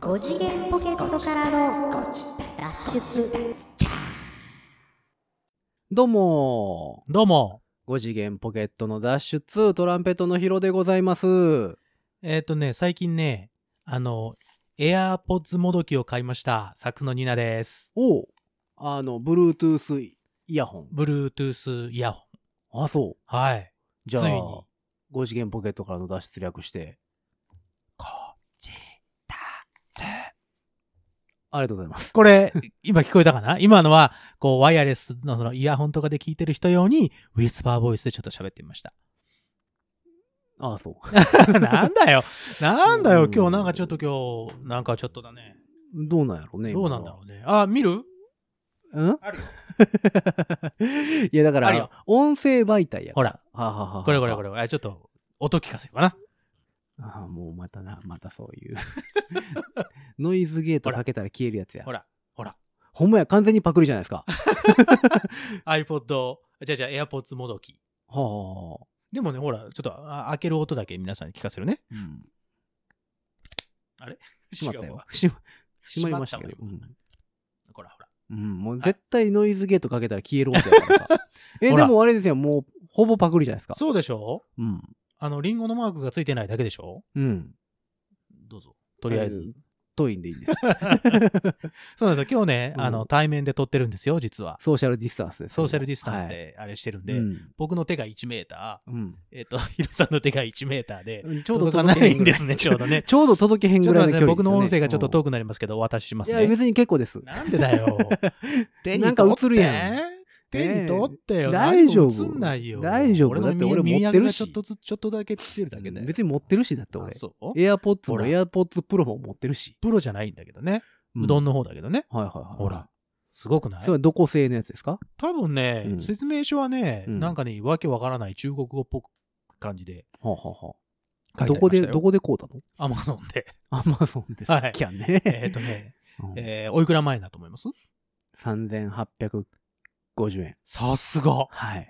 5次元ポケットからの脱出どうもどうも。 5次元ポケットの脱出トランペットのヒロでございますえっ、とね、最近ね、あの、AirPods もどきを買いました。サックスのニナです。おうあの Bluetooth イヤホ Bluetooth イヤホン。ンあそうはい。じゃついあに5次元ポケットからの脱出略してありがとうございますこれ、 今聞こえたかな今のは、こう、ワイヤレスのそのイヤホンとかで聞いてる人用に、ウィスパーボイスでちょっと喋ってみました。 ああそうなんだよ。なんだうよ。ん今日なんかちょっと今日、なんかちょっとだね。どうなんやろうねどうなんだろうね。あ、見るううんあるよ。 いやだかあるよら音声媒体やほらら、はあはあはあこれこれこれ。あちょっと、音聞かせようかな。ああもうまたなまたそういうノイズゲートかけたら消えるやつやほら、ほら。ほんまや完全にパクリじゃないですかは iPod、じゃあじゃあ AirPods もどき。あはあでもね、ほら、ちょっとあ開ける音だけ皆さんに聞かせるね。うんし閉まったよ。し閉まりましたけど。閉うまんったもん。ほらほら。うんもう絶対ノイズゲートかけたら消える音やからさ。 え、ほでらもあれですよ、もうほぼパクリじゃないですか。そうでしょうん。あの、リンゴのマークがついてないだけでしょうん。どうぞ。とりあえず。。遠いんでいいんです。 そうなんですよ。今日ね、うんあの、対面で撮ってるんですよ、実は。ソーシャルディスタンスです。ソーシャルディスタンスはい。であれしてるんで、うん僕の手が1メータうんー、えっ、と、 ヒロさんの手が1メーターで、うん。ちょうど届かな届けへいぐらんですね、ちょうどね。 ちょうど届けへんちょぐっとらいの待っ距離ですてねよね。僕の音声がちょっとうん遠くなりますけど、お渡ししまいすや、ね。別に結構です。なんでだよ。 手になんか取って映るやん。手に取ってよ。ねえ大丈夫何も映んないよ。大丈夫俺だのって耳俺持ってる耳垢がしちょっとずつ、ちょっとだけつってるだけで。別に持ってるし、だってあ俺。そうエアポッツほもらエアポッツプロも持ってるし。プロじゃないんだけどね。うどんの。の方だけどね。はいはいはい。ほら。。すごくないそれはどこ製のやつですか多分ね、うん説明書はね、うんなんかね、わけわからない中国語っぽく感じではあ、はあは書あ、どいてありこましたで、よ。どこでこうだのアマゾンで。 アマゾンですはいきゃね。えっとね、うん えーおいくら前だと思います3850円。さすが。はい。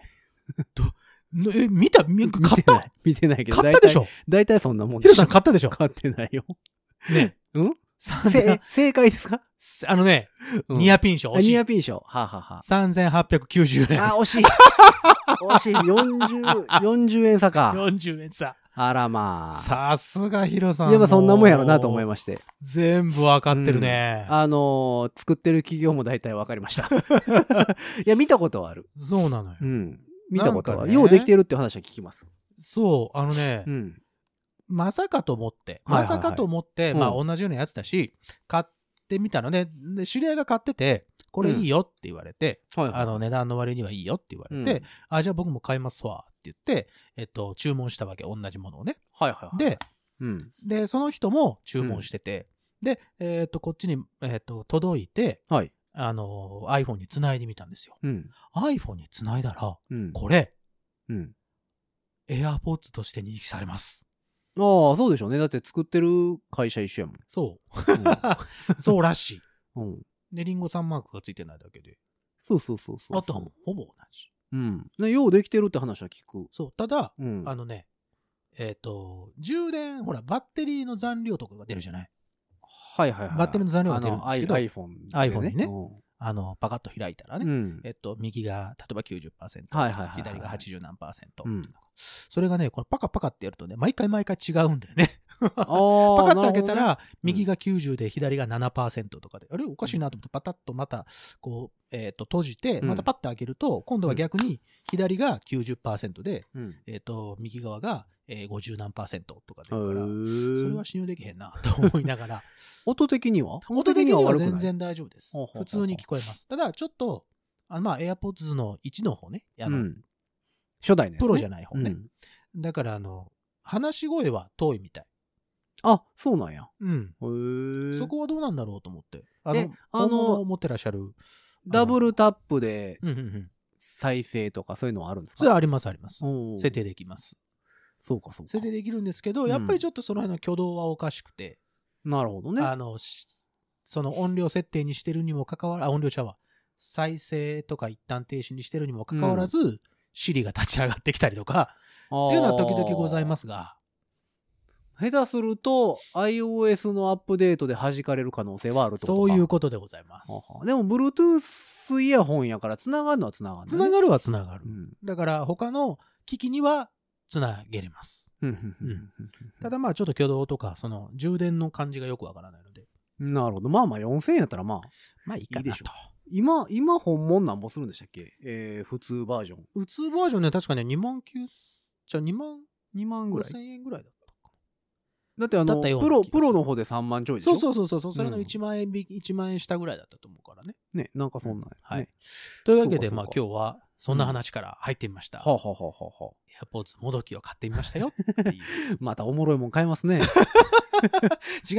ねえ、見たみ買見ってなたい見てないけど。買ったでしょょ大体そんなもんヒロさん買買っったでしょ買ってないよ。ね。うん3000せ正解ですか、あのね、うんニアピン賞あ惜しニいア。ピン賞。はあ、はあは3890円。あ、あ、惜しい。惜しい。40、40円差か。 40円差。あらまあ。さすがヒロさん。いえばそんなもんやろなと思いまして。す。全部わかってるね。あのー作ってる企業も大体わかりま した。いや、見たことはある。そうなのよ。うん。見たことはなあんる。かねようできてるっていう話は聞きます。そう、あのね、うん。まさかと思って、はいはいはまいさかと思って、うんまあ同じようなやつだし、買ってみたのね、で知り合いが買ってて、これいいよって言われて、はいはいあの値段の割にはいいよって言われて、うんあ、じゃあ僕も買いますわって言って、えっと、注文したわけ、同じものをね。はいはいはい。で、うん。で、その人も注文してて、で、えっ、と、こっちに、えっ、と、届いて、はい。あの、iPhone につないでみたんですよ。うん。 iPhone につないだら、うん。これ、うん。 AirPods として認識されます。ああ、そうでしょうね。だって作ってる会社一緒やもそん。う。 そうらし うん。うんい。で、リンゴさんマークがついてないだけで、そうそうそうそう。あとはもうほぼ同じ。うん。ね、ようできてるって話は聞く。そう。ただ、うん。あの、のね、えっ、と、充電、ほら、バッテリーの残量とかが出るじゃないはいはいはい。バッテリーの残量が出るんですけどあの i- iPhone でね。 iPhone にねあの、パカッと開いたらうね、ん。うんえっと、右が、例えば90%、はいはいはいはい左が80何パーセント、うんそれがね、これパカパカってやるとね、毎回毎回違うんだよね。あーパカッと開けたなるら、右が90で左が7%とかで、あれおかしいなと思って、パタッとまた、こう、えっ、と、閉じて、うんまたパッと開けると、今度は逆に、左が90%で、ほどね、えっ、と、右側が、えー、50何パーセントとかでうだから、ん。それは信用できへんな、 と思いながら。 音的には音的には悪くない全然大丈夫ですほうほうほ。う普通に聞こえます。ただ、ちょっと、あのまあ、AirPods の1の方ね、あうのん。初代ね。プロじゃない方うね。ん。だから、あの、話し声は遠いみたい。あ、そうなんや。うん。へえ。そこはどうなんだろうと思って。あえの、ああの、の、思ってらっしゃる。ダブルタップでうんうんうん。再生とかそういうのはあるんですかそれはあります、あります。うん設定できます。そうかそうか設。定できるんですけうど、んやっぱりちょっとその辺の挙動はおかしくて、なるほどね。あの、しその音量設定にしてるにもかかわらず、音量ちゃうわ再生とか一旦停止にしてるにもかかわらず、シリが立ち上がってきたりとか、っっていうのは時々ございますが、下手すると iOS のアップデートで弾かれる可能性はあるってことかそういうことでございますは。はでも Bluetooth イヤホンやから繋がるのは繋がる、ね、つなる、がるはつながるう。ん、だから他の機器にはつなげれます。うんうんうんうんただまあちょっと挙動とか、その充電の感じがよくわからないので、うんなるほどまあまあ4000円やったらまあまあいいかいいなでしょと。今今本物なんぼするんでしたっけ、えー、普通バージョン普通バージョンね、確かね、2万9、じゃあ2万2万ぐ5らい千円ぐらいだったかだってあだのったようなプロ気がプロの方で3万ちょいな。でしょそうそうそうそうそう、それのうん1万円引き、1万円下ぐらいだったと思うからね。ねなんかそんなんやね、はいというわけそうかそで、うかまあ今日はそんな話から入ってみました。はあ、はあはあはあはあエアポーズもどきを買ってみましたよっていう またおもろいもん買いますね違う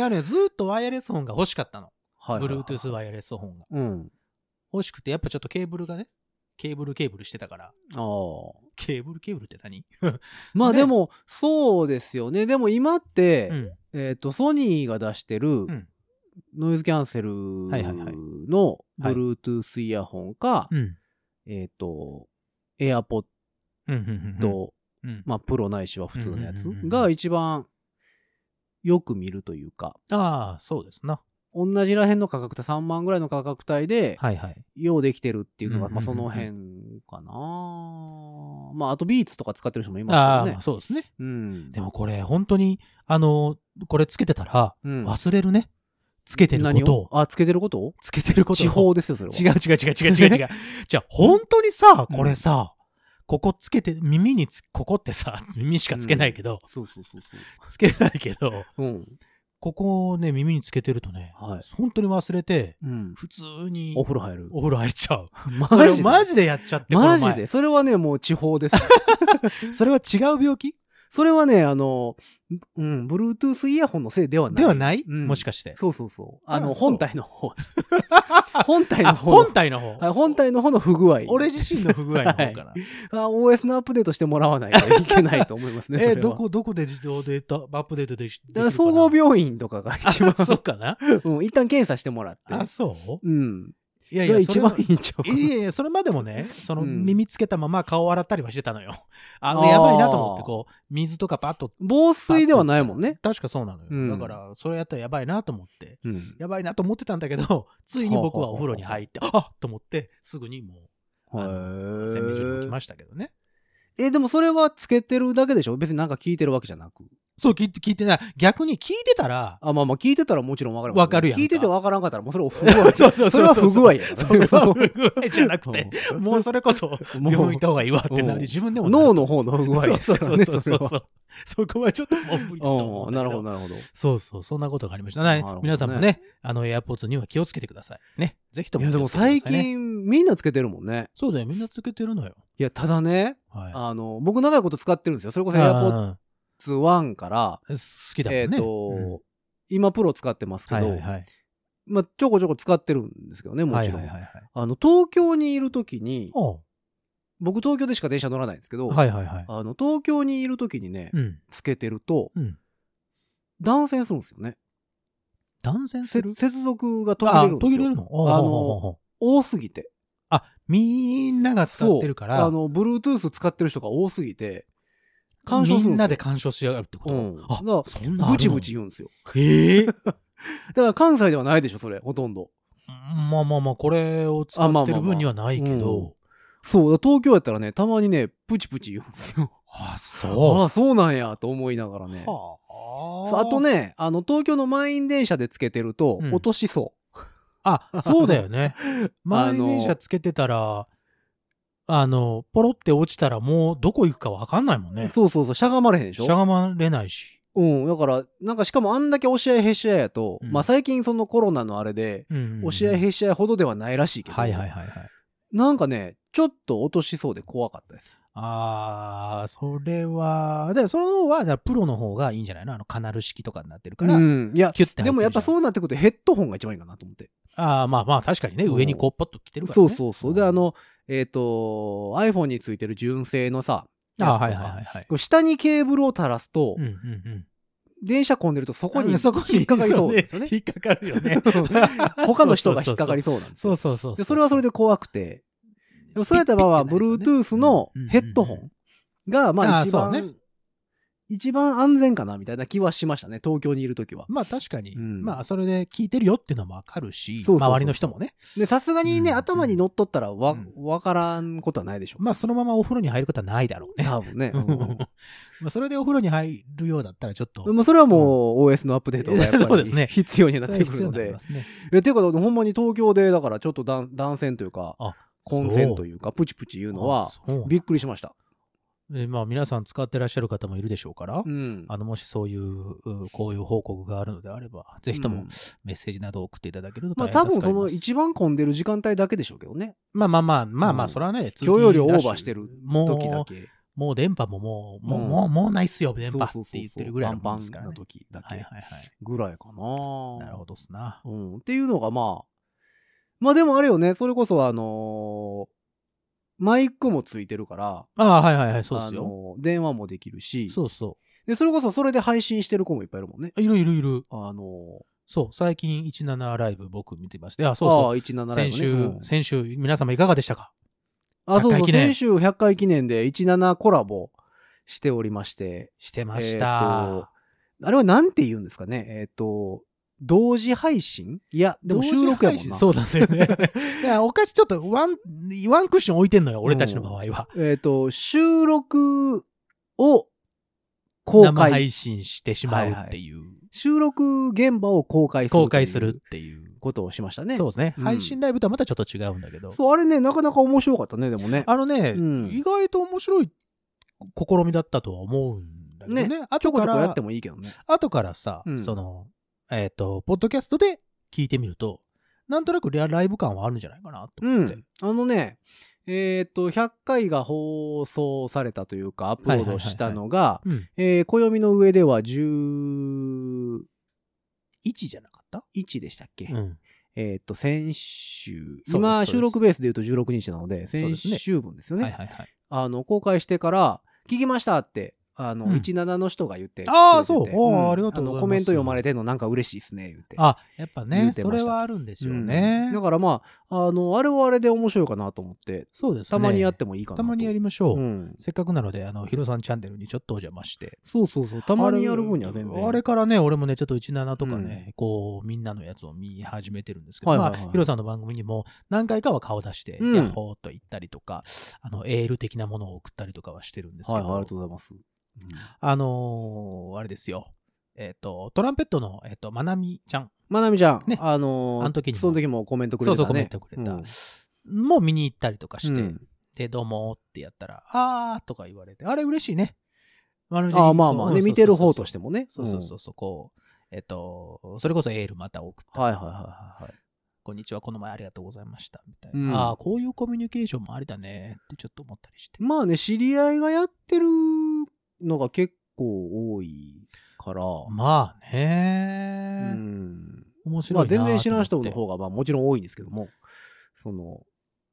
のよ、ずーっとワイヤレス本が欲しかったの。はいはいはい Bluetooth ワイヤレス本が。うん欲しくて、やっぱちょっとケーブルがね、ケーブルケーブルしてたから、ああケーブルケーブルって何 まあねでも、そうですよね。でも今って、うん。えっ、と、ソニーが出してるん、ノイズキャンセルはいはいはいの Bluetooth イヤホンか、うん。えっ、と、AirPod、うん。うん。うん。まあ、プロないしは普通のやつうんうんうんうんが一番よく見るというか、ああ、そうですな。同じらへんの価格帯、3万ぐらいの価格帯で、はいはい。ようできてるっていうのが、うんうんうんまあ、その辺かな。まあ、あとビーツとか使ってる人もいますけああ、まどあね。そうですね。うん。でもこれ、本当に、あの、これつけてたら、うん、忘れるね。つけてるこ何とをを。あ、つけてることをつけてることを地方ですよ、それは。違う違う違う違う違う 違う。じゃあ、本当にさ、これさ、ここつけて、耳につ、ここってさ、 耳しかつけないけど、そうそうそうつけないけど、そう。うん。ここをね、耳につけてるとね、はい。本当に忘れて、うん。普通にお風呂入る。お風呂入っちゃう。マ それをママジジでやっちゃって、でこの前それはね、もう地方です。それは違う病気それはね、あの、うん、Bluetooth イヤホンのせいではない。ではない、うんもしかして。そうそうそう。ああの、そう本体の方です。本体あ、の方の。本体の方。はい本体の方の不具合。俺自身の不具合の方かな。あ OS のアップデートしてもらわないといけないと思いますね。それ え、はどこ、どこで自動データ、アップデートでしだから総合で病院とかがき一る番かなあ、そうかな うん、一旦検査してもらって。あ、そううん。いやいいや、や、一番それいいんちゃういやいや、それまでもね、そのうん耳つけたまま顔を洗ったりはしてたのよ。ああの、ーやばいなと思って、こう、水とかパッと。防水ではないもんね。確かそうなのよ。うんだから、それやったらやばいなと思って、うん。やばいなと思ってたんだけど、 ついに僕はお風呂に入 って、あっと思って、すぐにもう、あへ洗面所に置きえ。ましたけどね。え、でもそれはつけてるだけでしょ別になんか聞いてるわけじゃなく。そう聞いて、聞いてない。逆に聞いてたら、あ、まあまあ聞いてたらもちろんわかるわかるやんか。聞いててわからんかったらもうそれを不具合 そうそうそれは不具合やから。それは不具 合じゃなくて、もうそれこそ、 もう病院行った方がいいわってなうんり、自分でもなる脳の方の不具合ですそうからそうねそうそうそう。そこはちょっともう無理だそれとは思ううんんだなけるどほど、なるほど。そうそう、そんなことがありました。ななるほどね皆さんもね、あの、エアポーツには気をつけてください。ね。ぜひといも、や、でも最。近みんなつけてるもんね。そうだよ、みんなつけてるのよ。いや、ただね、はい。あの、僕長いこと使ってるんですよ。それこそあー AirPods1 から、好きだもんね。えっうんと、今プロ使ってますけはいはどい、はい。まあちょこちょこ使ってるんですけどね、もはいちはろいんは。いはい。あの、東京にいるときに、おう僕東京でしか電車乗らないんですけど、はいはいはい。あの、東京にいるときにね、うん。つけてると、うん。断線するんですよね。断線すせる接続が途切れあ、るん途ですよ。切れるのおうあのほうほうほう多すぎて。あ、みんなが使ってるから、あの、Bluetooth 使ってる人が多すぎて、干渉するみですよんなで干渉し合うってこうんと。だあ、かそんならあるのブチブチ。言うんですよ。ええ。だから関西ではないでしょ、それ、ほとんど。まあまあまあ、これを使ってる分にはないけど。そう、だから東京やったらね、たまにね、プチプチ言うんですよ。あ、あそあ、そうなんや、と思いながらう。ね。はそうあと。ね、あの、東京の満員電車でつけてると、うん落としそう。あ、そうだよね。満員電 あ車のつけてたら、あの、ポロって落ちたらもうどこ行くかわかんないもんね。そうそうそう、しゃがまれへんでししょゃがまれないし。うん、だから、なんかしかもあんだけ押し合いへし合いやと、うんまあ最近そのコロナのあれで、うんうんうん押し合いへし合いほどではないらしいけど、はいはいはいはい。なんかね、ちょっと落としそうで怖かったです。あー、それは、で、その方は、じゃあプロの方がいいんじゃないのあの、カナル式とかになってるから、うん、いや、キュッて入ってるじゃんでもやっぱそうなってくるとヘッドホンが一番いいかなと思って。あー、まあまあ、確かにね、うん上にこう、ポッと来てるからそね。うそうそう。で、あ、の、えっ、と、iPhone についてる純正のさ、あやつとかはいはいはいはい。こう下にケーブルを垂らすと、うんうんうん。電車混んでるとそこにうん引そこにっかかりそうなんですよね。。引っかかるよね他の人が引っかかりそうなんですよそうそうそう。でそれはそれで、で怖くて。でもそうやった場合は、ピッてなりますよね Bluetooth のヘッドホンが、まああー一そうね番一番安全かなみたいな気はしましたね、東京にいるときは。まあ確かに、うんまあそれで聞いてるよっていうのもわかるし、そうそうそう周りの人もね、で、さすがにね、うん頭に乗っとったらわうん、わからんことはないでしょう。まあそのままお風呂に入ることはないだろうね。多分ね。まあそれでお風呂に入るようだったらちょっ と、うん、もうそれはもう OS のアップデートがやっぱりそうですね必要になそっれてはくる必要のになりでま。すね。えていうか、ほんまに東京で、だからちょっと断断線というか、あ混戦というか、プチプチ言いうのは、そうびっくりしました。でまあ皆さん使ってらっしゃる方もいるでしょうから、うん。あのもしそういううこういう報告があるのであれば、ぜひとうもんメッセージなどを送っていただけるとまあ大多変助分かそりまのす。一番混んでる時間帯だけでしょうけどね。まあまあまあまあまうあんそれはね、通勤許容量オラッーシュバーしてる時だもうけ。もう電波ももうもう、うんもうもうないっすよ電波そうそうそうって言ってるぐらいのパもンパんでンすから、なね、時だはいけはいはい。ぐらいかな。なるほどっすな。うん、っていうのがまあ、まあでもあれよね、それこそあのーマイクもついてるから、ああ、はいはいはい、そうですあよ。のー電話もできるしそうそで、それこそそれで配信してる子もいっぱいいるもんね。う。いるいるいる。あのそう、最近17ライブ僕見てまして、あ、ー、そうそあう。あ17ライ先ブね週、うん先週、皆様いかがでしたかあ、そう100そ回う、記念先週100回記念で17コラボしておりまして、してまえーしとた。あれはなんて言うんですかねえっ、と、同時配信いや、でも収録やもんな。そうなんですよね。 いや、おかしちょっとワン、ワンクッション置いてんのよ、俺たちの場合は。えっ、と、収録を公生開配信してしまうっていう。収録現場を公開する。公開するっていう。ことをしましたね。そうですね。うん配信ライブとはまたちょっと違うんだけど。そう。あれね、なかなか面白かったね、でもね。あのね、うん意外と面白い試みだったとは思うんだけどね。ちょ後こかちょこやらって、もいいけどね。後からさ、うんその、えっ、と、ポッドキャストで聞いてみると、なんとなくリアライブ感はあるんじゃないかなうと思って。ん。あのね、えっ、と、100回が放送されたというか、アップロードしたのが、うん。えー暦の上では11 1じゃなかったでしたっけ、うん。えっと、先週。そうです今、そうです収録ベースで言うと16日なので、そう先ですね週分ですよはね。いはいはい。あの、公開してから、聞きましたって、あの、うん17の人が言ってくれてて。あーそうおーんありがとうございますあのコメント読まれてんのなんか嬉しいですね、言って。あ、やっぱ言ね、うてまそしたれはあるんですようねん。だからまあ、あの、あれはあれで面白いかなと思って、そうですね。たまにやってもいいかなと。たまにやりましょうう。ん。せっかくなので、あの、ヒロさんチャンネルにちょっとお邪魔して。そうそうそう。たまにやる分には全然。あれからね、俺もね、ちょっと17とかね、こう、みんなのやつを見始めてるんですけど、はいはいはいまあ、ヒロさんの番組にも何回かは顔出して、うんヤッホーと言ったりとか、あの、エール的なものを送ったりとかはしてるんですけはい、ど、はい、ありがとうございます。あのーあれですよ。えっ、と、トランペットの、えっ、と、まなみちゃん、まなみちゃん、ねあのーあの時にもその時もコメントくれそた、うね。そうコメントくれた、うんもう見に行ったりとかして、うんで、どうもってやったら、あーとか言われて、あれ嬉しいね。まるでああ、まあまあね、見てる方としても。もね。そうそうそうそう、こう、えっ、と、それこそエールまた送ったうん。はいはいはいはいはい。こんにちは、この前ありがとうございました。みたいな。うんああ、こういうコミュニケーションもありだねってちょっと思ったりして。まあね、知り合いがやってるのが結構多いから、まあうね、ん。面白まあいなと全思って。然知らん人の方が、まあもちろん多いんですけども、その、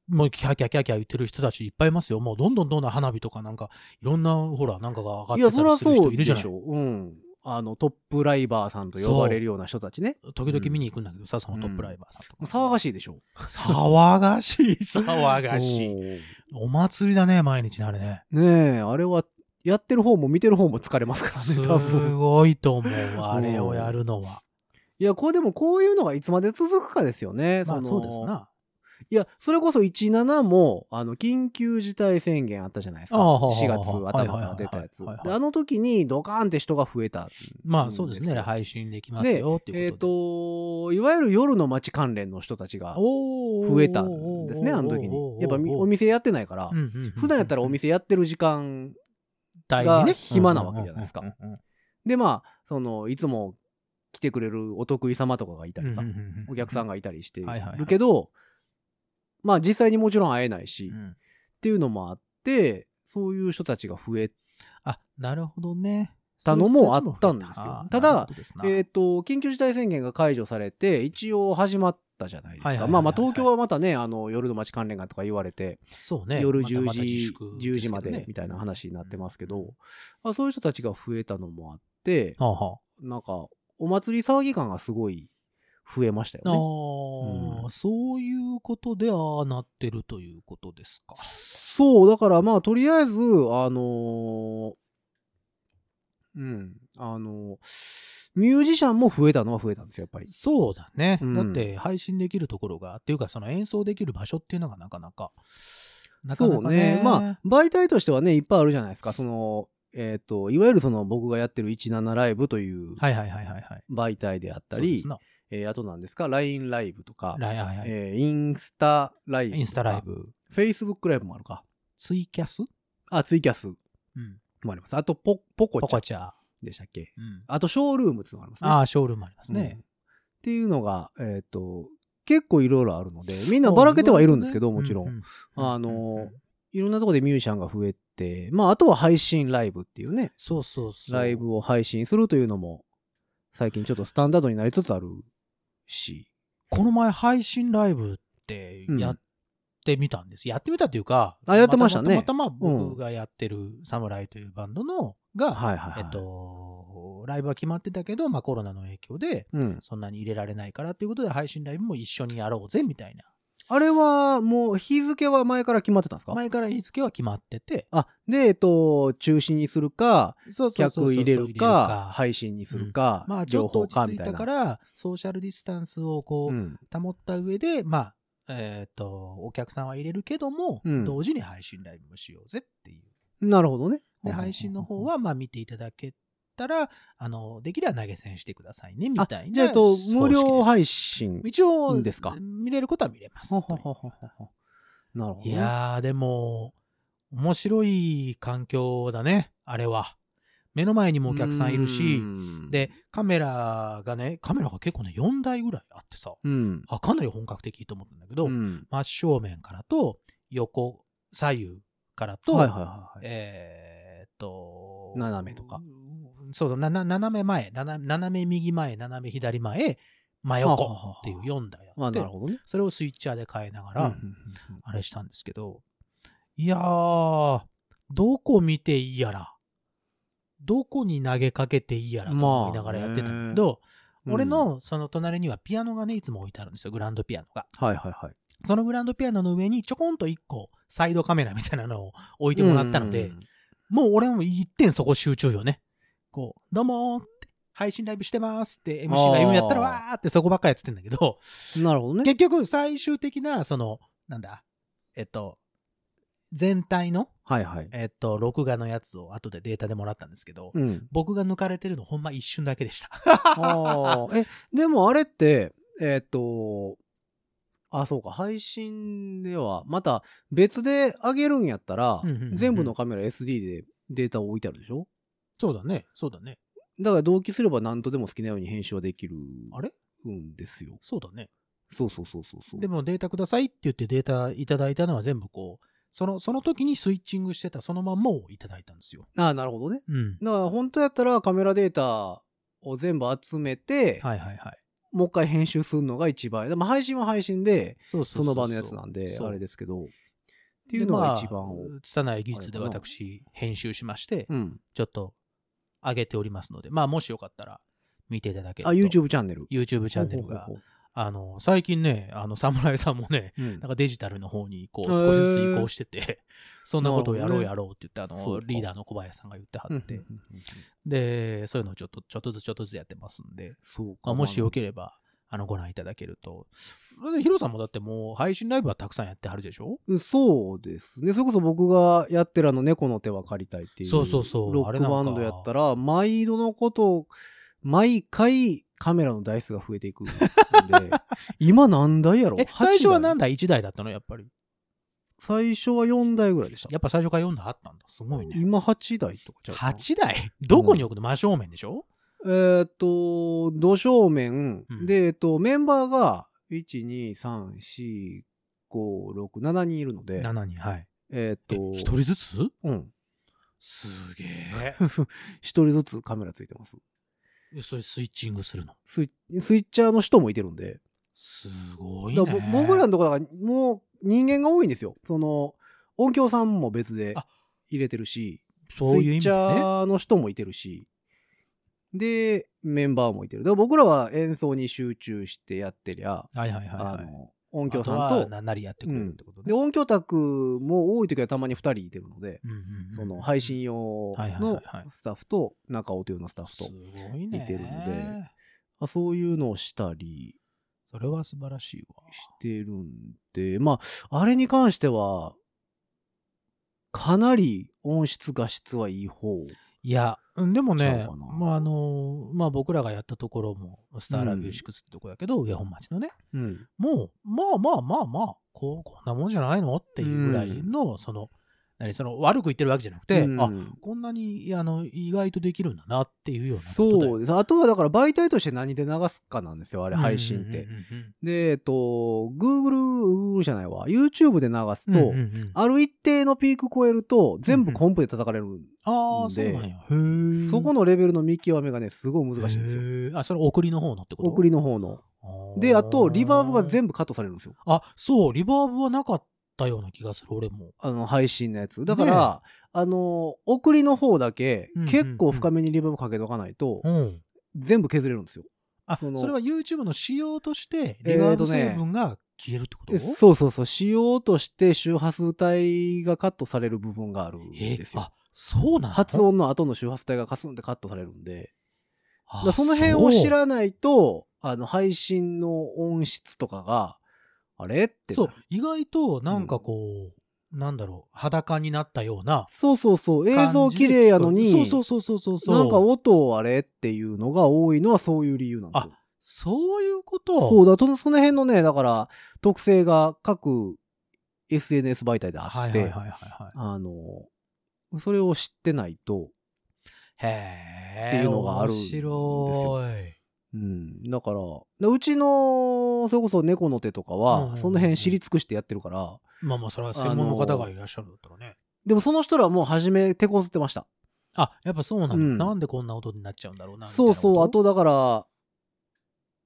もうキャーキャーキャーキャー言ってる人たちいっぱいいますよ。もうどんどんどんどん花火とかなんか、いろんな、ほら、なんかが上いがや、ってたそりゃりするそ人ういるじゃでないし。ょ。うん。あの、トップライバーさんと呼ばれるような人たちね。時々見に行くんだけどさ、そのトップライバーさんとか。もう騒がしいでしょ。騒がしい、騒がしい。い。お祭りだね、毎日ね、あれね。ねえ、あれは、やってる方も見てる方も疲れますすからね、多分。ごいと思うわ、あれをやるのは。いや、こうでもこういうのがいつまで続くかですよね。まあのそうです。な。いや、それこそ17も、あの、緊急事態宣言あったじゃないですか。ああはあはあ4月頭から出たやつ。はいはいはいはいであの時にドカーンって人が増えた。まあそうですね、配信できますよってえいっ、うことと、で。いわゆる夜の街関連の人たちが増増えたんですね、あの時に。やっぱみお店店やってないから、普段やったらお店やってる時間、が暇なわけじゃないですか。で、まあ、その、いつも来てくれるお得意様とかがいたりさ、お客さんが。がいたりしてはいはいはいるけど、まあ実際にもちろん会えないし、うっんていうのもあって、そういう人たちが増え、あ、なるほどね。たのもあったんですよそういう人ちも増えただなるほどですなえっ、と、緊急事態宣言が解除されて、一応始まったじゃないですはいはいか。はいまはあいまあ東京はまたね、あの、夜の街関連がとか言われて、そうね。夜またま10た自時粛、 10時まですけどでねみたいな話になってますけど、まあ、そういう人たちが増えたのもあって、はあはなんか、お祭り騒ぎ感がすごい増えましたあよね。あーうそういうことで、ああなってるということですか。そう、だからまあ、とりあえず、あのーうん。あの、ミュージシャンも増えたのは増えたんですよ、やっぱり。そうだね。うんだって配信できるところが、っていうかその演奏できる場所っていうのがなかなか、なかなかね。そうね。まあ、媒体としてはね、いっぱいあるじゃないですか。その、えっ、と、いわゆるその僕がやってる17ライブというはいはいはいはいはい。媒体であったそうり、ですなえーあとなんですか、LINE ライブとか、はいはいはいえーインスタライブとか。インスタライブ、 Facebook ライブもあるか。ツイキャス、あ、ツイキャスうん、もあります。あとポ、ポコポチャコチャ、でしたっけうん、あと、ショールームっていうのがありますね。ああ、ショールームありますうんねっ。ていうのが、えっ、と、結構いろいろあるので、みんなばらけてはいるんですけど、もちろん。ううあのーうんうんうんいろんなとこでミュージシャンが増えて、まあ、あとは配信ライブっていうね、そうそうそう。ライブを配信するというのも、最近ちょっとスタンダードになりつつあるし。この前配信ライブってやってみたんです。やってみたというか、あやってましたねたまたま僕がやってるサムライというバンドのが、はいはいはい。えっと、ライブは決まってたけど、まあコロナの影響で、うん。そんなに入れられないからっていうことで配信ライブも一緒にやろうぜみたいな。あれは、もう、日付は前から決まってたんですか前から日付は決まってて、あ、で、えっと、中止にするか、そうそうそうそう客入れるか、入れる配信にするか、まあちょ情っと報落ちか、着みいたいたな。から、ソーシャルディスタンスをこう、うん。保った上で、まあ、えっ、と、お客さんは入れるけども、うん同時に配信ライブもしようぜっていう。なるほどね。で、配信の方は、は、まあ、見ていただけたら、あの、できれば投げ銭してくださいね、みあたいな。じゃあ、えっと、無料信。配信。一応、ですか見れることは見れます。ほほほほほなるほどいね。やー、でも、面白い環境だね、あれは。目の前にもお客さんいるしう、ん、で、カメラがね、カメラが結構ね、4台ぐらいあってさ、うん。あ、かなり本格的と思ったんだけど、うん真正面からと、横、左右からと、はいはいはいはい。えーっと、斜めとか。そうだ、なな斜め前、なな斜め右前、斜め左前、真ははは横はっていう4台まああ、ってなる、ほどね。それをスイッチャーで変えながうんら、あれしたんですけど、いやー、どこ見ていいやら、どこに投げかけていいやらと思いながらやってたんだけど、うん俺、のその隣にはピアノがね、いつも置いてあるんですよ、グランドピアノが。はいはいはい。そのグランドピアノの上にちょこんと1個サイドカメラみたいなのを置いてもらったので、うんもう俺はもう一点そこ集中よね。こう、どうもーって、配信ライブしてますって MC が言うんやったらあーわーってそこばっかやってんだけど、なるほどね。結局最終的な、その、なんだ、えっと、全体の、はいはい。えっと、録画のやつを後でデータでもらったんですけど、 うん。僕が抜かれてるのほんま一瞬だけでした。あーえ、でもあれって、えーっと、あ、そうか、配信では、また別で上げるんやったらうんうんうんう、ん全部のカメラ SD でデータを置いてあるでしょそうだね、そうだね、だから同期すれば何とでも好きなように編集はできるあれんですよ。そうだね。そうそうそうそうそう。でもデータくださいって言ってデータいただいたのは全部こう、その、その時にスイッチングしてたそのまんまをいただいたんですよ。ああ、なるほどね。うん。だから本当やったらカメラデータを全部集めて、はいはいはい。もう一回編集するのが一番。でも配信は配信で、そうその場のやつなんで、あれで。っですけど。っていうのが一番を。拙い技術で私、編集しまして、うん。ちょっと上げておりますので、まあもしよかったら見ていただけるあ、と。 YouTube チャンネル。 YouTube チャンネルがほうほうほ、あの、最近ね、あの、侍さんもね、うほううんなんかデジタルの方にこうへー少しずつ移行してて、そんなことをやろうなるやろうって言って、あその、うかリーダーの小林さんが言ってはうんってうん、うんうんで、そういうのをちょっと、ちょっとずつちょっとずつやってますんで、そうまか。あもしよければ、あの、ご覧いただけると。それでヒロさんもだってもう配信ライブはたくさんやってはるでしょうんそうですね。それこそ僕がやってるあの猫の手は借りたいっていう。そうそうそうロックバンドやったら、毎度のこと、毎回カメラの台数が増えていくんで、 今何台やろえ、最初は八台何台 ?1 台だったのやっぱり。最初は4台ぐらいでした。やっぱ最初から4台あったんだ。すごいね。今8台とかちゃうかな8台どこに置くの真正面でしょえーっ、と、土正面、うんで、えーっ、と、メンバーが、1、2、3、4、5、6、7人いるので、 ?7 人。はい。えーっ、え、と、 1人ずつうん。すげえ。一人ずつカメラついてます。え それスイッチングするの。スイスイッチャーの人もいてるんで。すごいだねから。ぼ僕らのところがもう人間が多いんですよ。その、音響さんも別であ入れてるし、そういう意スイ味ッチでね。ャーの人もいてるし、で、メンバーもいてる。だから僕らは演奏に集中してやってりゃ、はいはいはい、はあい。の、音響さあはんとななりやってくれるってことでね。音響卓も多い時はたまに2人いてるので、うんうんうんその配信用はいはいのはいはいスタッフと中尾というのスタッフとすごいね。見てるので。あそういうのをしたりそれは素晴らしいわ。してるんでまああれに関してはかなり音質画質はいい方いや、うんでもちゃねうかな、まああの、まあ僕らがやったところも、スターラビューシックスってとこだけど、上本町のね、うんもう、まあまあまあまあ、こう、こんなもんじゃないのっていうぐらいの、その、何、その、悪く言ってるわけじゃなくて、うんあ、こんなに、あの、意外とできるんだなっていうようなことだよそうですあとはだから媒体として何で流すかなんですよあれ配信って。うんでえっと Google Google じゃないわ YouTube で流すうんと、うんうんうんうんうんある一定のピーク超えると全部コンプで叩かれる、ああ、そうなんや。へえ。そこののレベルの見極めがねすごい難しいんですよすよ。あ、それ送りの方のってこと送りの方のであとリバーブが全部カットされるんですよあ、そう、リバーブはなかったような気がする、俺も。あの配信のやつだから、あの送りの方だけうんうんうん結構深めにリバーブかけとかないとうん。全部削れるんですよあ、そのそれは YouTube の仕様として、えリバーーとブね成分が消えるってこと、えそうそうそうしようとして周波数帯がカットされる部分があるんえですよあ、そうなの発音の後の周波数帯がカスンってカットされるんでだあからその辺をそう知らないとあの配信の音質とかがあれってそう、意外となんかこう、なんだろう、裸になったようなそうそうそう映像感じで綺麗やのにそうそうそうそうそうそう。なんか音あれっていうのが多いのはそういう理由なんですよ。そういうこそとうだと、その辺のね、だから特性が各 SNS 媒体であって、はいはいはいはいはい。あの、それを知ってないと、へえ。っていうのがあるん面ですよ白い。うん、だから、うちの、それこそ猫の手とかうんうんうは、んその辺知り尽くしてやってるから、まあまあ、それは専門の方がいらっしゃるんだったらね。でもその人らはもう初め手こずってました。あ、やっぱそうなの、うんなんでこんな音になっちゃうんだろうな。そうみそう、たいなあとだから、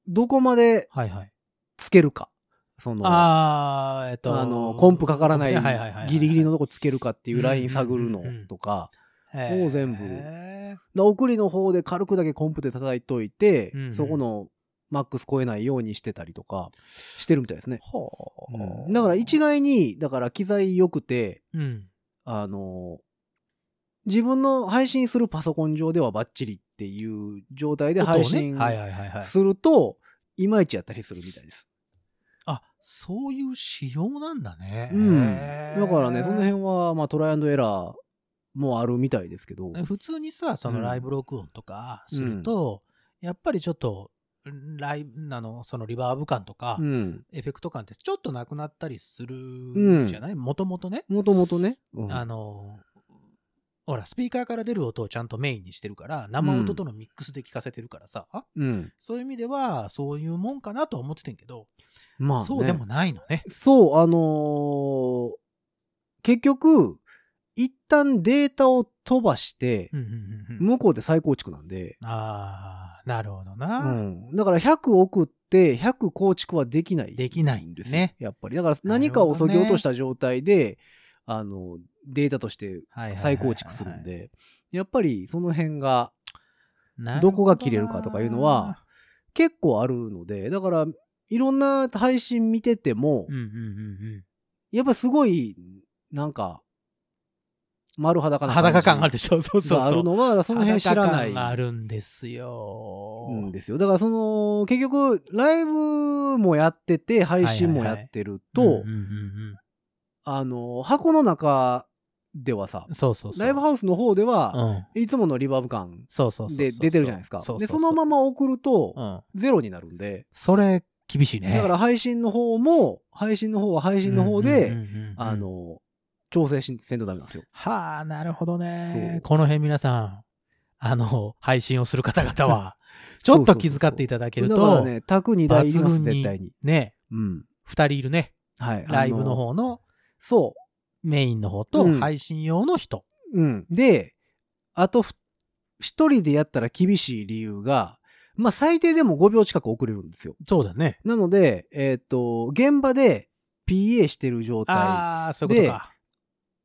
どこまでと。はいはい。つけるか。その、あー、えっと。あの、コンプかからなはいはいはいはいい、ギリギリのとこつけるかっていうライン探るのとか、へーもう全部だから送りの方で軽くだけコンプで叩いといてうんう、んそこのマックス超えないようにしてたりとか、してるみたいですね。はあ、だから一概に、だから機材良くて、うん。あの、自分の配信するパソコン上ではバッチリっていう状態で音をね配信はいはいはいはい。すると、いまいちやったりするみたいです。あ、そういう仕様なんだね。うん。へーだからね、その辺は、まあ、トライアンドエラーもあるみたいですけど。普通にさ、そうのんライブ録音とかすると、やっぱりちょっと、ライブ、あの、そのリバーブ感とか、うん。エフェクト感ってちょっとなくなったりすうるんじゃないもともとね。もともとね。うんあの、ほら、スピーカーから出る音をちゃんとメインにしてるから、生音とのミックスで聞かせてるからさ、うん。そういう意味では、そういうもんかなとは思っててんけど、まあ、ね、そうでもないのね。そう、あのー結局、一旦データを飛ばして、うんうんうんうん向こうで再構築なんで、ああ、なるほどうな。ん。だから100送って、100構築はできない。できないんんでですすよね。やっぱり。だから何かを削ぎ落とした状態で、あの、データとしてはいはいはいはい再構築するん。で、やっぱりその辺がなるほどどこが切れるかとかいうのは、結構あるので、だから、いろんな配信見てても、うんうんうんやっぱすごい、なんか、丸裸うん。な裸感あがるでしょ。そうそうあそうる。のは、その辺知らな裸感があいるんですよ。んですよ。だからその、結局、ライブもやってて、配信もやってると、うんうんうんあの、箱の中ではさう、んそうそうそう。ライブハウスの方でうは、ん。いつものリバーブ感そうそうそうそう。で出てるじゃないですかそ。うで、ううそのまま送ると、うん。ゼロになるんで、それ、厳しいね。だから配信の方も、配信の方は配信の方うんうで、んうんうんあ、の、調整しせんとダメなんですよ。はあ、なるほどそうね。この辺皆さん、あの、配信をする方々 は、ちょっと気遣っていただけるだからと、ね、卓2台いりま抜す、群に絶対に。ね、うん。二人いるね、はい。ライブのあ。方のそメインの方うとん配信用の人。う。うん。で、あとふ、一人でやったら厳しい理由が、まあ、最低でも5秒近く遅れるんですよ。そうだね。なので、えっ、と、現場で PA してる状態、あああ、そういうこと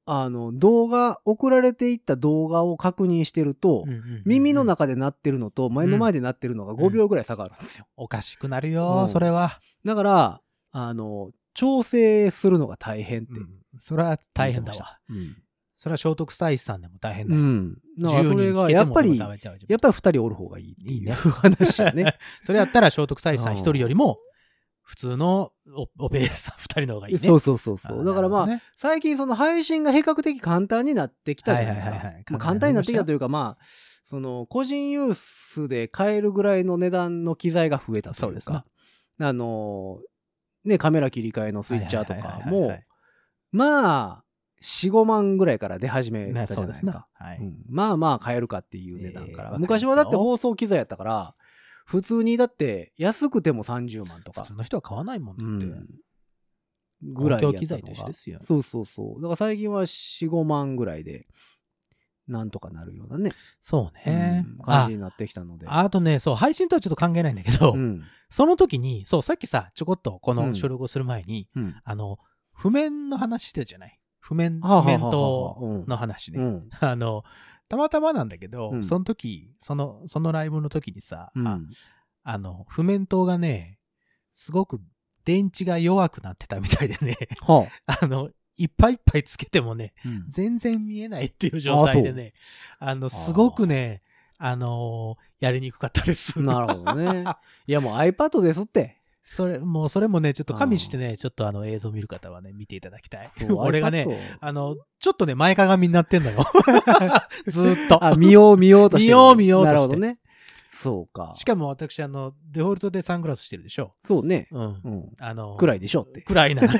か。の、動画、送られていった動画を確認してると、うんうんうん耳の中で鳴ってるのと、前の前で鳴ってるのが5秒ぐらい差があるんですよ。おかしくなるうよん、それは。だから、あの、調整するのが大変って。うんそれは大変だわ。うん。それは聖徳太子さんでも大変うだわ。ん。だから自由そにれ聞が、けやてっもぱり、ダやメちゃう自分っぱり二人おる方がいいっていいいうね話や ね。それやったら聖徳太子さんうん一人よりも、普通のオオペレータさん二人の方が いいね。そうそうそうあそーう。だからまあ、なる最近その配信が比較的簡単になってきたじゃないですか。はいはいはいはいまあ、簡単になってきたというか、まあ、その個人ユースで買えるぐらいの値段の機材が増えたとそういでうすねか、あのーね、カメラ切り替えのスほどねイッチャーとかはいはいはいはいもは、まあ、4、5万ぐらいから出始めいたねじゃなそいうでですすねか。。はうい。んまあまあ買えるかっていう値段から、ええ昔はだって放送機材やったから、普通にだって安くても30万と普か、通の人は買わないもんうだってん。、ぐらいや公ったのが共機材と一緒ですよ。そうそうそう。だから最近は4、5万ぐらいで、なんとかなるようなね、そうねうん。感あじになってきたので。あとね、そう、配信とはちょっと関係ないんだけどう、ん。その時に、そう、さっきさ、ちょこっとこうのん収録をする前に、うん。あの、譜面の話してたじゃない譜面、はあはあ譜はあ面との話うね。ん。 あの、たまたまなんだけど、うんその時、その、そのライブの時にさ、うんああの、譜面灯がね、すごく電池が弱くなってたみたいでね、 はあの、いっぱいいっぱいつけてもね、あ。うん全然見えないっていう状態でね、あの、すごくね、あのやりにくかったです。なるほど ね。いやもう iPad ですって。それ、もうそれもね、ちょっと加味してね、ちょっとあの映像見る方はね、見ていただきたいそ。う俺がね、 iPad あの、ちょっとね、前かがみになって んのよ。 ずーっと。あ、見よう見ようとしてる。見よう見ようとしなてるほどね。そうかし。かも私、あの、デフォルトでサングラスしてるでしょ。そうね。うん。うん。あの、暗いでしょって。暗 いなのよ。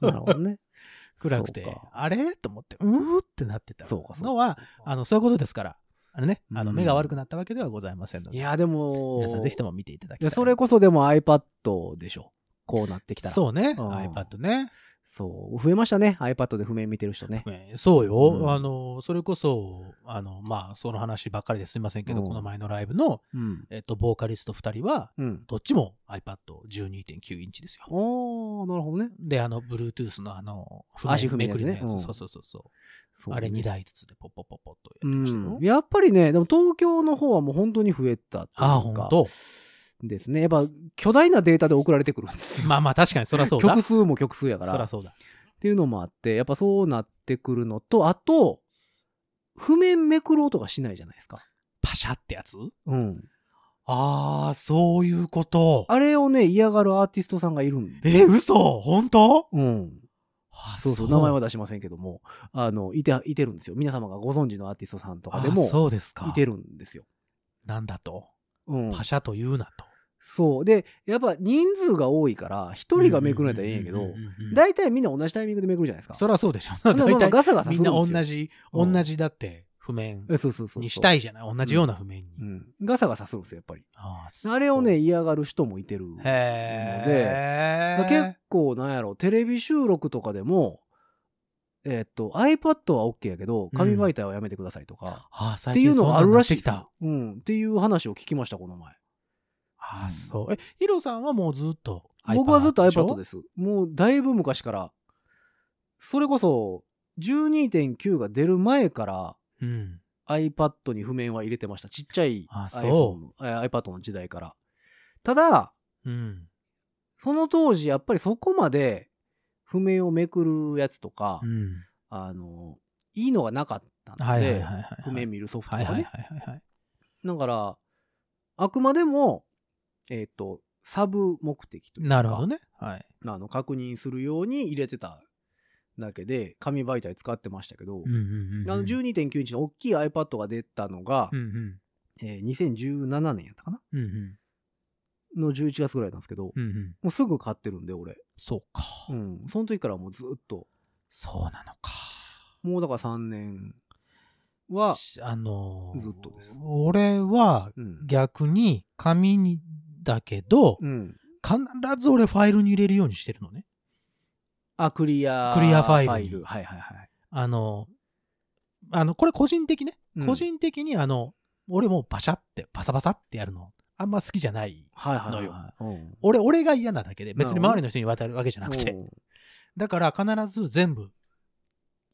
なるほどね。 暗くてそうか。あれと思って、うーってなってたそうかそうかのは、あの、そういうことですから。あのね、あの、うん目が悪くなったわけではございませんのいで、や、でも、皆さんぜひとも見ていただいきたい。やそれこそでも iPad でしょ。こうなってきたら。そうね、うん iPad ね。そう。増えましたね。iPad で譜面見てる人 ね。ねそうよ、うんあの、それこそ、あの、まあ、その話ばっかりですいませんけど、うんこの前のライブの、うん。えっと、ボーカリスト2人は、うん。どっちも iPad12.9 インチですよ。おー、なるほどね。で、あの、Bluetooth のあの、足踏みめのくやつりねのやつ、うんそうそうそうそう、そうねあれ2台ずつでポッポッポッポッとうやってましたよ。ん、やっぱりね、でも東京の方はもう本当に増えたっていうか。ああ、ほんと。ですね。やっぱ巨大なデータで送られてくるんですよ。まあまあ、確かにそらそうだ。曲数も曲数やかそら。らっそうだ。ていうのもあって、やっぱそうなってくるのと、あと、譜面めくる音がしないじゃないですか。パシャってやつうん。ああ、そういうこと。あれをね、嫌がるアーティストさんがいるんで。え、嘘本当うん。あそうそう、名前は出しませんけども、あの、いて、いてるんですよ。皆様がご存知のアーティストさんとかであも、そうですか。いてるんですよ。なんだと。うん。パシャと言うなと。そう。で、やっぱ人数が多いから、一人がめくられたらええんやけうどんうん、うんうんうん、大体みんな同じタイミングでめくるじゃないですか。そりゃそうでしょ。だからまあ大体ガサガサすみるんんですなよ。同じ、うん同じだって、譜面え。そうそうそうそう。にしたいじゃない同じような譜面に。うん。ガサガサするんですよ、やっぱり。あーあれをね、、嫌がる人もいてる。そうだかへらー結構、なんやろ、テレビ収録とかでも、えーっと、iPad は OK やけど、紙媒体はやめてくださいとか、あーっ最てい近うそのんがなあにるならっしいてできすよた。うん。っていう話を聞きました、この前。あーそう。え、ヒロさんはもうずっと iPad。僕はずっと iPad ですす。もうだいぶ昔から、それこそ12.9が出る前からうん。 iPad に譜面は入れてました。ちっちゃいあ iPhone そえ iPad の時代から。ただ、うん。その当時やっぱりそこまで譜面をめくるやつとか、うん。あの、いいのがなかったんで、はいはいはいはいはい。譜面見るソフトはいがはいね。はいはいはい。だから、あくまでも、えっ、と、サブ目的というか。なるほどね。はい。あの確認するように入れてただけで紙媒体使ってましたけど、うんうんうん。あの12.9インチの大きい iPad が出たのが、うんうん。えー2017年やったかなうんうん。の11月ぐらいなんですけど、もうんうん。うすぐ買ってるんで俺、そうか。うん、その時からもうずっとそうなのか。もうだから3年は、しあのーずっとです俺はうん逆に紙にだけど、うん、必ず俺ファイルに入れるようにしてるのね。あクリアクリアファイルはいはいはい、あのーあの、これ個人的ね。うん個人的にあの、俺もうバシャって、バサバサってやるの、あんま好きじゃない。はいはいのはいよはい、うん俺、俺が嫌なだけで、別になるほど周りの人に渡るわけじゃなくて。うんだから必ず全部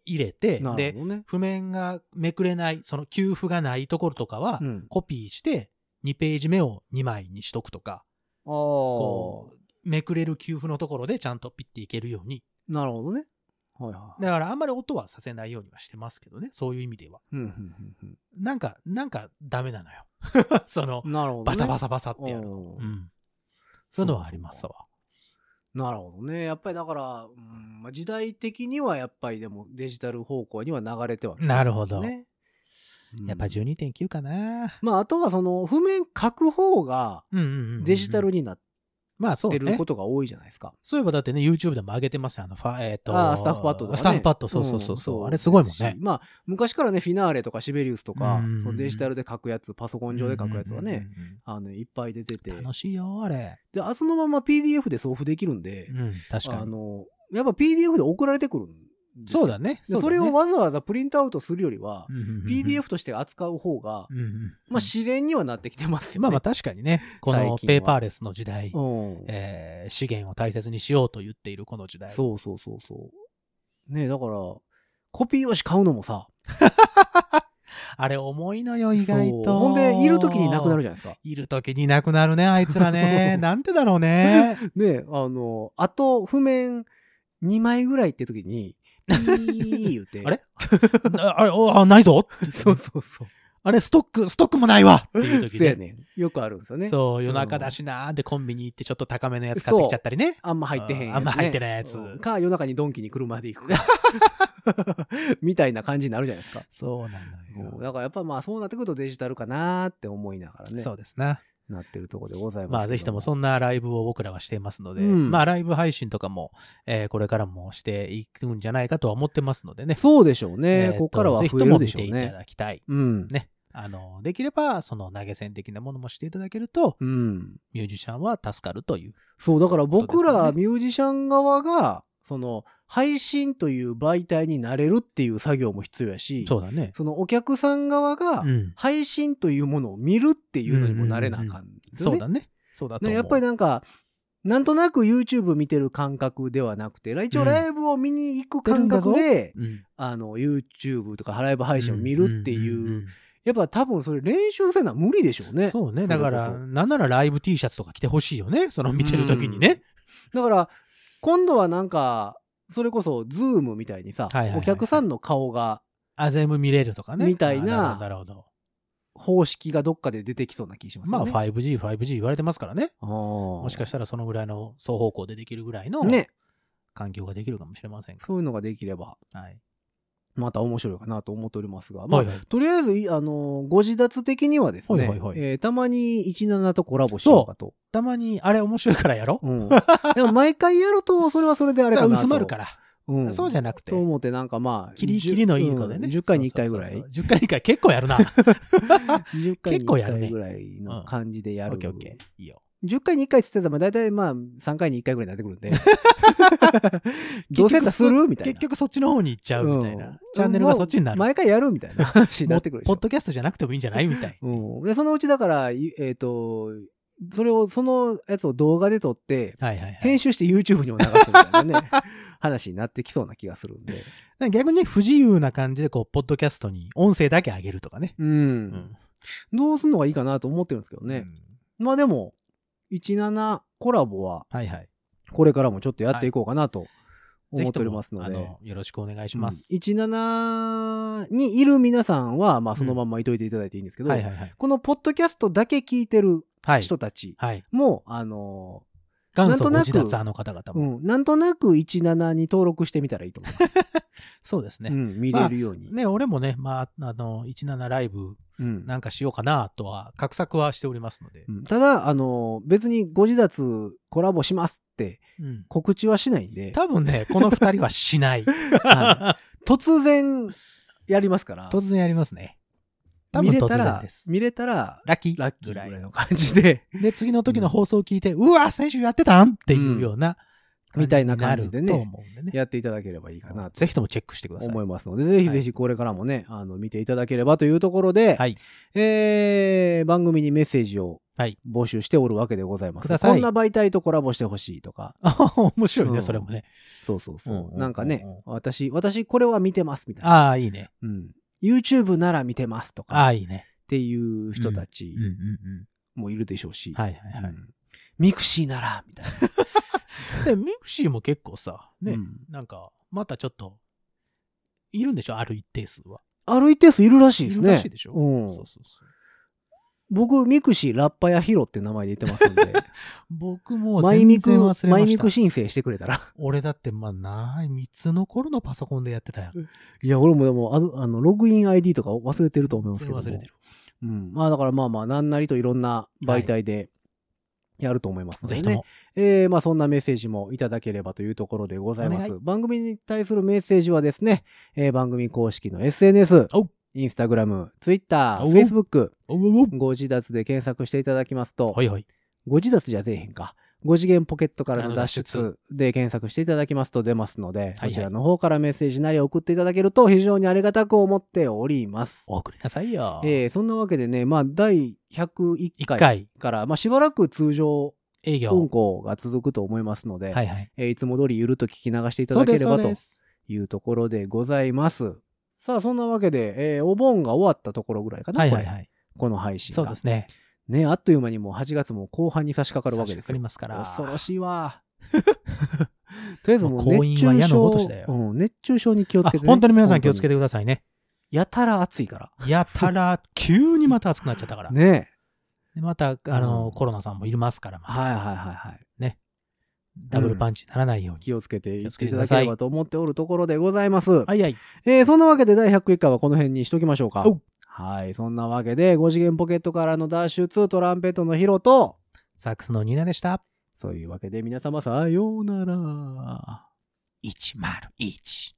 入れて、なるで、ほどね、譜面がめくれない、その給付がないところとかはう、ん、コピーして、2ページ目を2枚にしとくとか、ああこう、めくれる給付のところでちゃんとピッていけるように。なるほどね。はいはい。だからあんまり音はさせないようにはしてますけどね、そういう意味では。うんうんうんうんなんか、なんかダメなのよ。 その、なるほど、ね。バサバサバサってやるの。おーうん。そういうのはありますわ。なるほどね。やっぱりだから、うんまあ、時代的にはやっぱりでもデジタル方向には流れてはきてますよねなるほどうんやっぱ12.9かな。まあ、あとはその、譜面書く方がうんうんうんうんデジタルになっまあそうてるねこ。とが多いじゃないですか。そういえばだってね、YouTube でも上げてますよ。あの、ファ、えっ、とあースタッフパッドとか、ね。スタッフパッド、そうそうそう。そうあれすごいもんですねし。まあ、昔からね、フィナーレとかシベリウスとかうん、そのデジタルで書くやつ、パソコン上で書くやつはうんね、うんあの、いっぱい出ててうん。楽しいよ、あれ。で、あそのまま PDF で送付できるんでう、ん、確かあに。の、やっぱ PDF で送られてくるんですよそうだね。でそうだねれを、わざわざプリントアウトするよりは、うんうんうんうん PDF として扱う方が、うんうんまあ自然にはなってきてますよね。まあまあ確かにね、この最近はペーパーレスの時代、うんえー資源を大切にしようと言っているこの時代。そうそうそうそう。ねえだから、コピー用紙買うのもさ、あれ重いのよ、意外そと。うほんで、いる時になくなるじゃないですか。いる時になくなるね、あいつ らね。なんてだろうね。ねえあの、あと、譜面2枚ぐらいって時に、ピー言うて 。あれなあれ、おあ、ないぞ。 そうそうそう。あれ、ストック、ストックもないわっていう時そうやね。ねんよくあるんですよね。そう、夜中だしなーでコンビニ行ってちょっと高めのやつ買ってきちゃったりね。あんま入ってへんやつ、ね。あんま入ってないやつうんか、夜中にドンキに車で行 くか。みたいな感じになるじゃないですか。そうなんうんだからやっぱまあそうなってくるとデジタルかなーって思いながらね、そうですな。なってるところでございますけど。まあ、ぜひともそんなライブを僕らはしていますので、うんまあ、ライブ配信とかも、えーこれからもしていくんじゃないかとは思ってますのでね。そうでしょうね。えーことこからはぜひ増とえるもで見しょてういたね。だきたい。うん。ねあの、できれば、その投げ銭的なものもしていただけると、うん。ミュージシャンは助かるという。そう、だから僕らそうですミュージシャン側が、その、配信という媒体になれるっていう作業も必要やし、そうだね。そのお客さん側が、うん。配信というものを見るっていうのにもなれなあかんですよそうね。だね。そうだと思ねう。やっぱりなんか、なんとなく YouTube 見てる感覚ではなくて、一応ライブを見に行く感覚で、うん、あの、YouTube とかライブ配信を見るっていう、んんんやっぱ多分それ練習せな無理でしょううね。んそうね。それだこそから、なんならライブ T シャツとか着てほしいよね。その見てる時にね。だから、今度はなんか、それこそ、ズームみたいにさ、はいはいはいお客さんの顔が、あ、全部見れるとかね。みたいなあなるほど、なるほど。方式がどっかで出てきそうな気しますまよあね。、 5G、5G 言われてますからね。あー、ももしかしたらそのぐらいの双方向でできるぐらいのね、環境ができるかもしれませんが。そういうのができれば、はい。また面白いかなと思っておりますが、まあ、はいはいとりあえずい、あのーご自立的にはですね、はいはいはいえーたまに17とコラボしようかと。たまに、あれ面白いからやろうん、でも毎回やると、それはそれでああれかなと。薄まるから。うん。そうじゃゃなくてと。思って、なんかまあ、キリキリのいいのでね。 10回に1回ぐらい。そうそうそう10回に1回結構や るな。 10回に結構や1るね回ぐらいの感じでやオる。ッケーオッケー。いいよ。 10回に1回って言ってたら、まあ大体まあ3回に1回ぐらいになってくるん で。どうせやったらするみたいな。結局そっちの方に行っちゃうみたいな。うんチャンネルがそっちになる。もう毎回やるみたいな話になってくるでしポょッドキャストじゃなくてもいいんじゃない みたい。うん。で、そのうちだから、いえっ、と、それを、そのやつを動画で撮って、はいはいはい編。集して YouTube にも流すみたいな ね、話になってきそうな気がするんで。なんか逆にね不自由な感じで、こう、ポッドキャストに音声だけ上げるとかね。うん。うんどうすんのがいいかなと思ってるんですけどね。。まあでも、17コラボは、はいはい。これからもちょっとやっていこうかなとぜ思ひっとてもおりますので。あの、よろしくお願いします。うん17にいる皆さんは、まあ、そのまんまいといていただいていいんですけど、はいはいはい。このポッドキャストだけ聞いてるはい。人たちはい。も、あの元祖ごなん自となく立派の方々うも。ん、なんとなく17に登録してみたらいいと思います。そうですうね。ん、見れるように。ね、俺もね、まあ、あの、17ライブうんなんかしようかなとは、画策はしておりますのでう。んただ、あの別にご自立コラボしますってうん。告知はしないんで、多分ね、この二人はし ない。は突然やります から、突然やりますね。多見分れ突た然らです、。見れたら、ラッキーラッキーぐぐららいい。の感じで、 で、次の時の放送を聞いて、うわ、先週やってたんっていうような、うんみたいな感じでねと思うんでね。やっていただければいいかなとぜひともチェックしてください。思いますので、ぜひぜひこれからもね、あの、見ていただければというところで、はい。えー、番組にメッセージをはい募集しておるわけでございます。くださいこんな媒体とコラボしてほしいとか、あ面白いう ね、んそれもね。そうそうそう。うんうんうんうんなんかね、私、私これは見てますみたいな。ああ、いいね。うん。YouTube なら見てますとあか、っあ、いいね。ていう人たちうんうんうん。もいるでしょうし、はいはいはい。うんミクシーなら、みたいな。でミクシーも結構さ、ね、うんなんか、またちょっと、いるんでしょある一定数は。歩いてすいるらしいですいるねらしいでしょうんそうそうそう。僕ミクシーラッパやヒロって名前で言ってますんで僕 もマイ全ミク然忘れました。マイミク申請してくれたら 俺だって、まあ、ない、三つの頃のパソコンでやってたよ。いや俺もでもあのあのログイン ID とか忘れてると思いますけども忘れてる。うん、まあだからまあまあなんなりといろんな媒体でやると思いますのでぜね、ひとも。えー、まあそんなメッセージもいただければというところでございまおす願。番組に対するメッセージはですね、えー番組公式の SNS おう、インスタグラム、ツイッター、おうフェイスブック、おうおうご自立で検索していただきますおとうは、いはい。ご自立じゃ出えへんか。5次元ポケットからの脱あの出で検索していただきますと出ますので、はいこちらの方からメッセージなり送っていただけると非常にありがたく思っております。お送りなさいよ。えー、そんなわけでね、まあ第101 1回回から、まあしばらく通常営業。運行が続くと思いますので、はいはい。えーいつも通りゆると聞き流していたそだうけですれそうばとです。いうところでございます。さあ、そんなわけで、えーお盆が終わったところぐらいかな、はいはいこれ。はい。この配信が。そうですね。ね、あっという間にもう8月も後半に差し掛かるわけですありよ。ますから。恐ろしい わ。とりあえずもうもう熱婚姻は中矢の症ごとしだようん、熱中症に気をつあけて、ね。本当に皆さん気をつけて。てくださいね。やたら暑いかやたら、急にまた暑くなっちゃったから。ら。ねでまた、あうの、んコロナさんもいますから、まあはいはいはいはい。ダブルパンチにならないように。気をつけてい気をっつてけていくただださいければと思っておるところでございます。はいはい。えーそんなわけで第101回はこの辺にしときましょうかおう。はい、そんなわけで、5次元ポケットからの脱出、トランペットのヒロと、サックスのニーナでした。そういうわけで皆様さようなら。 101。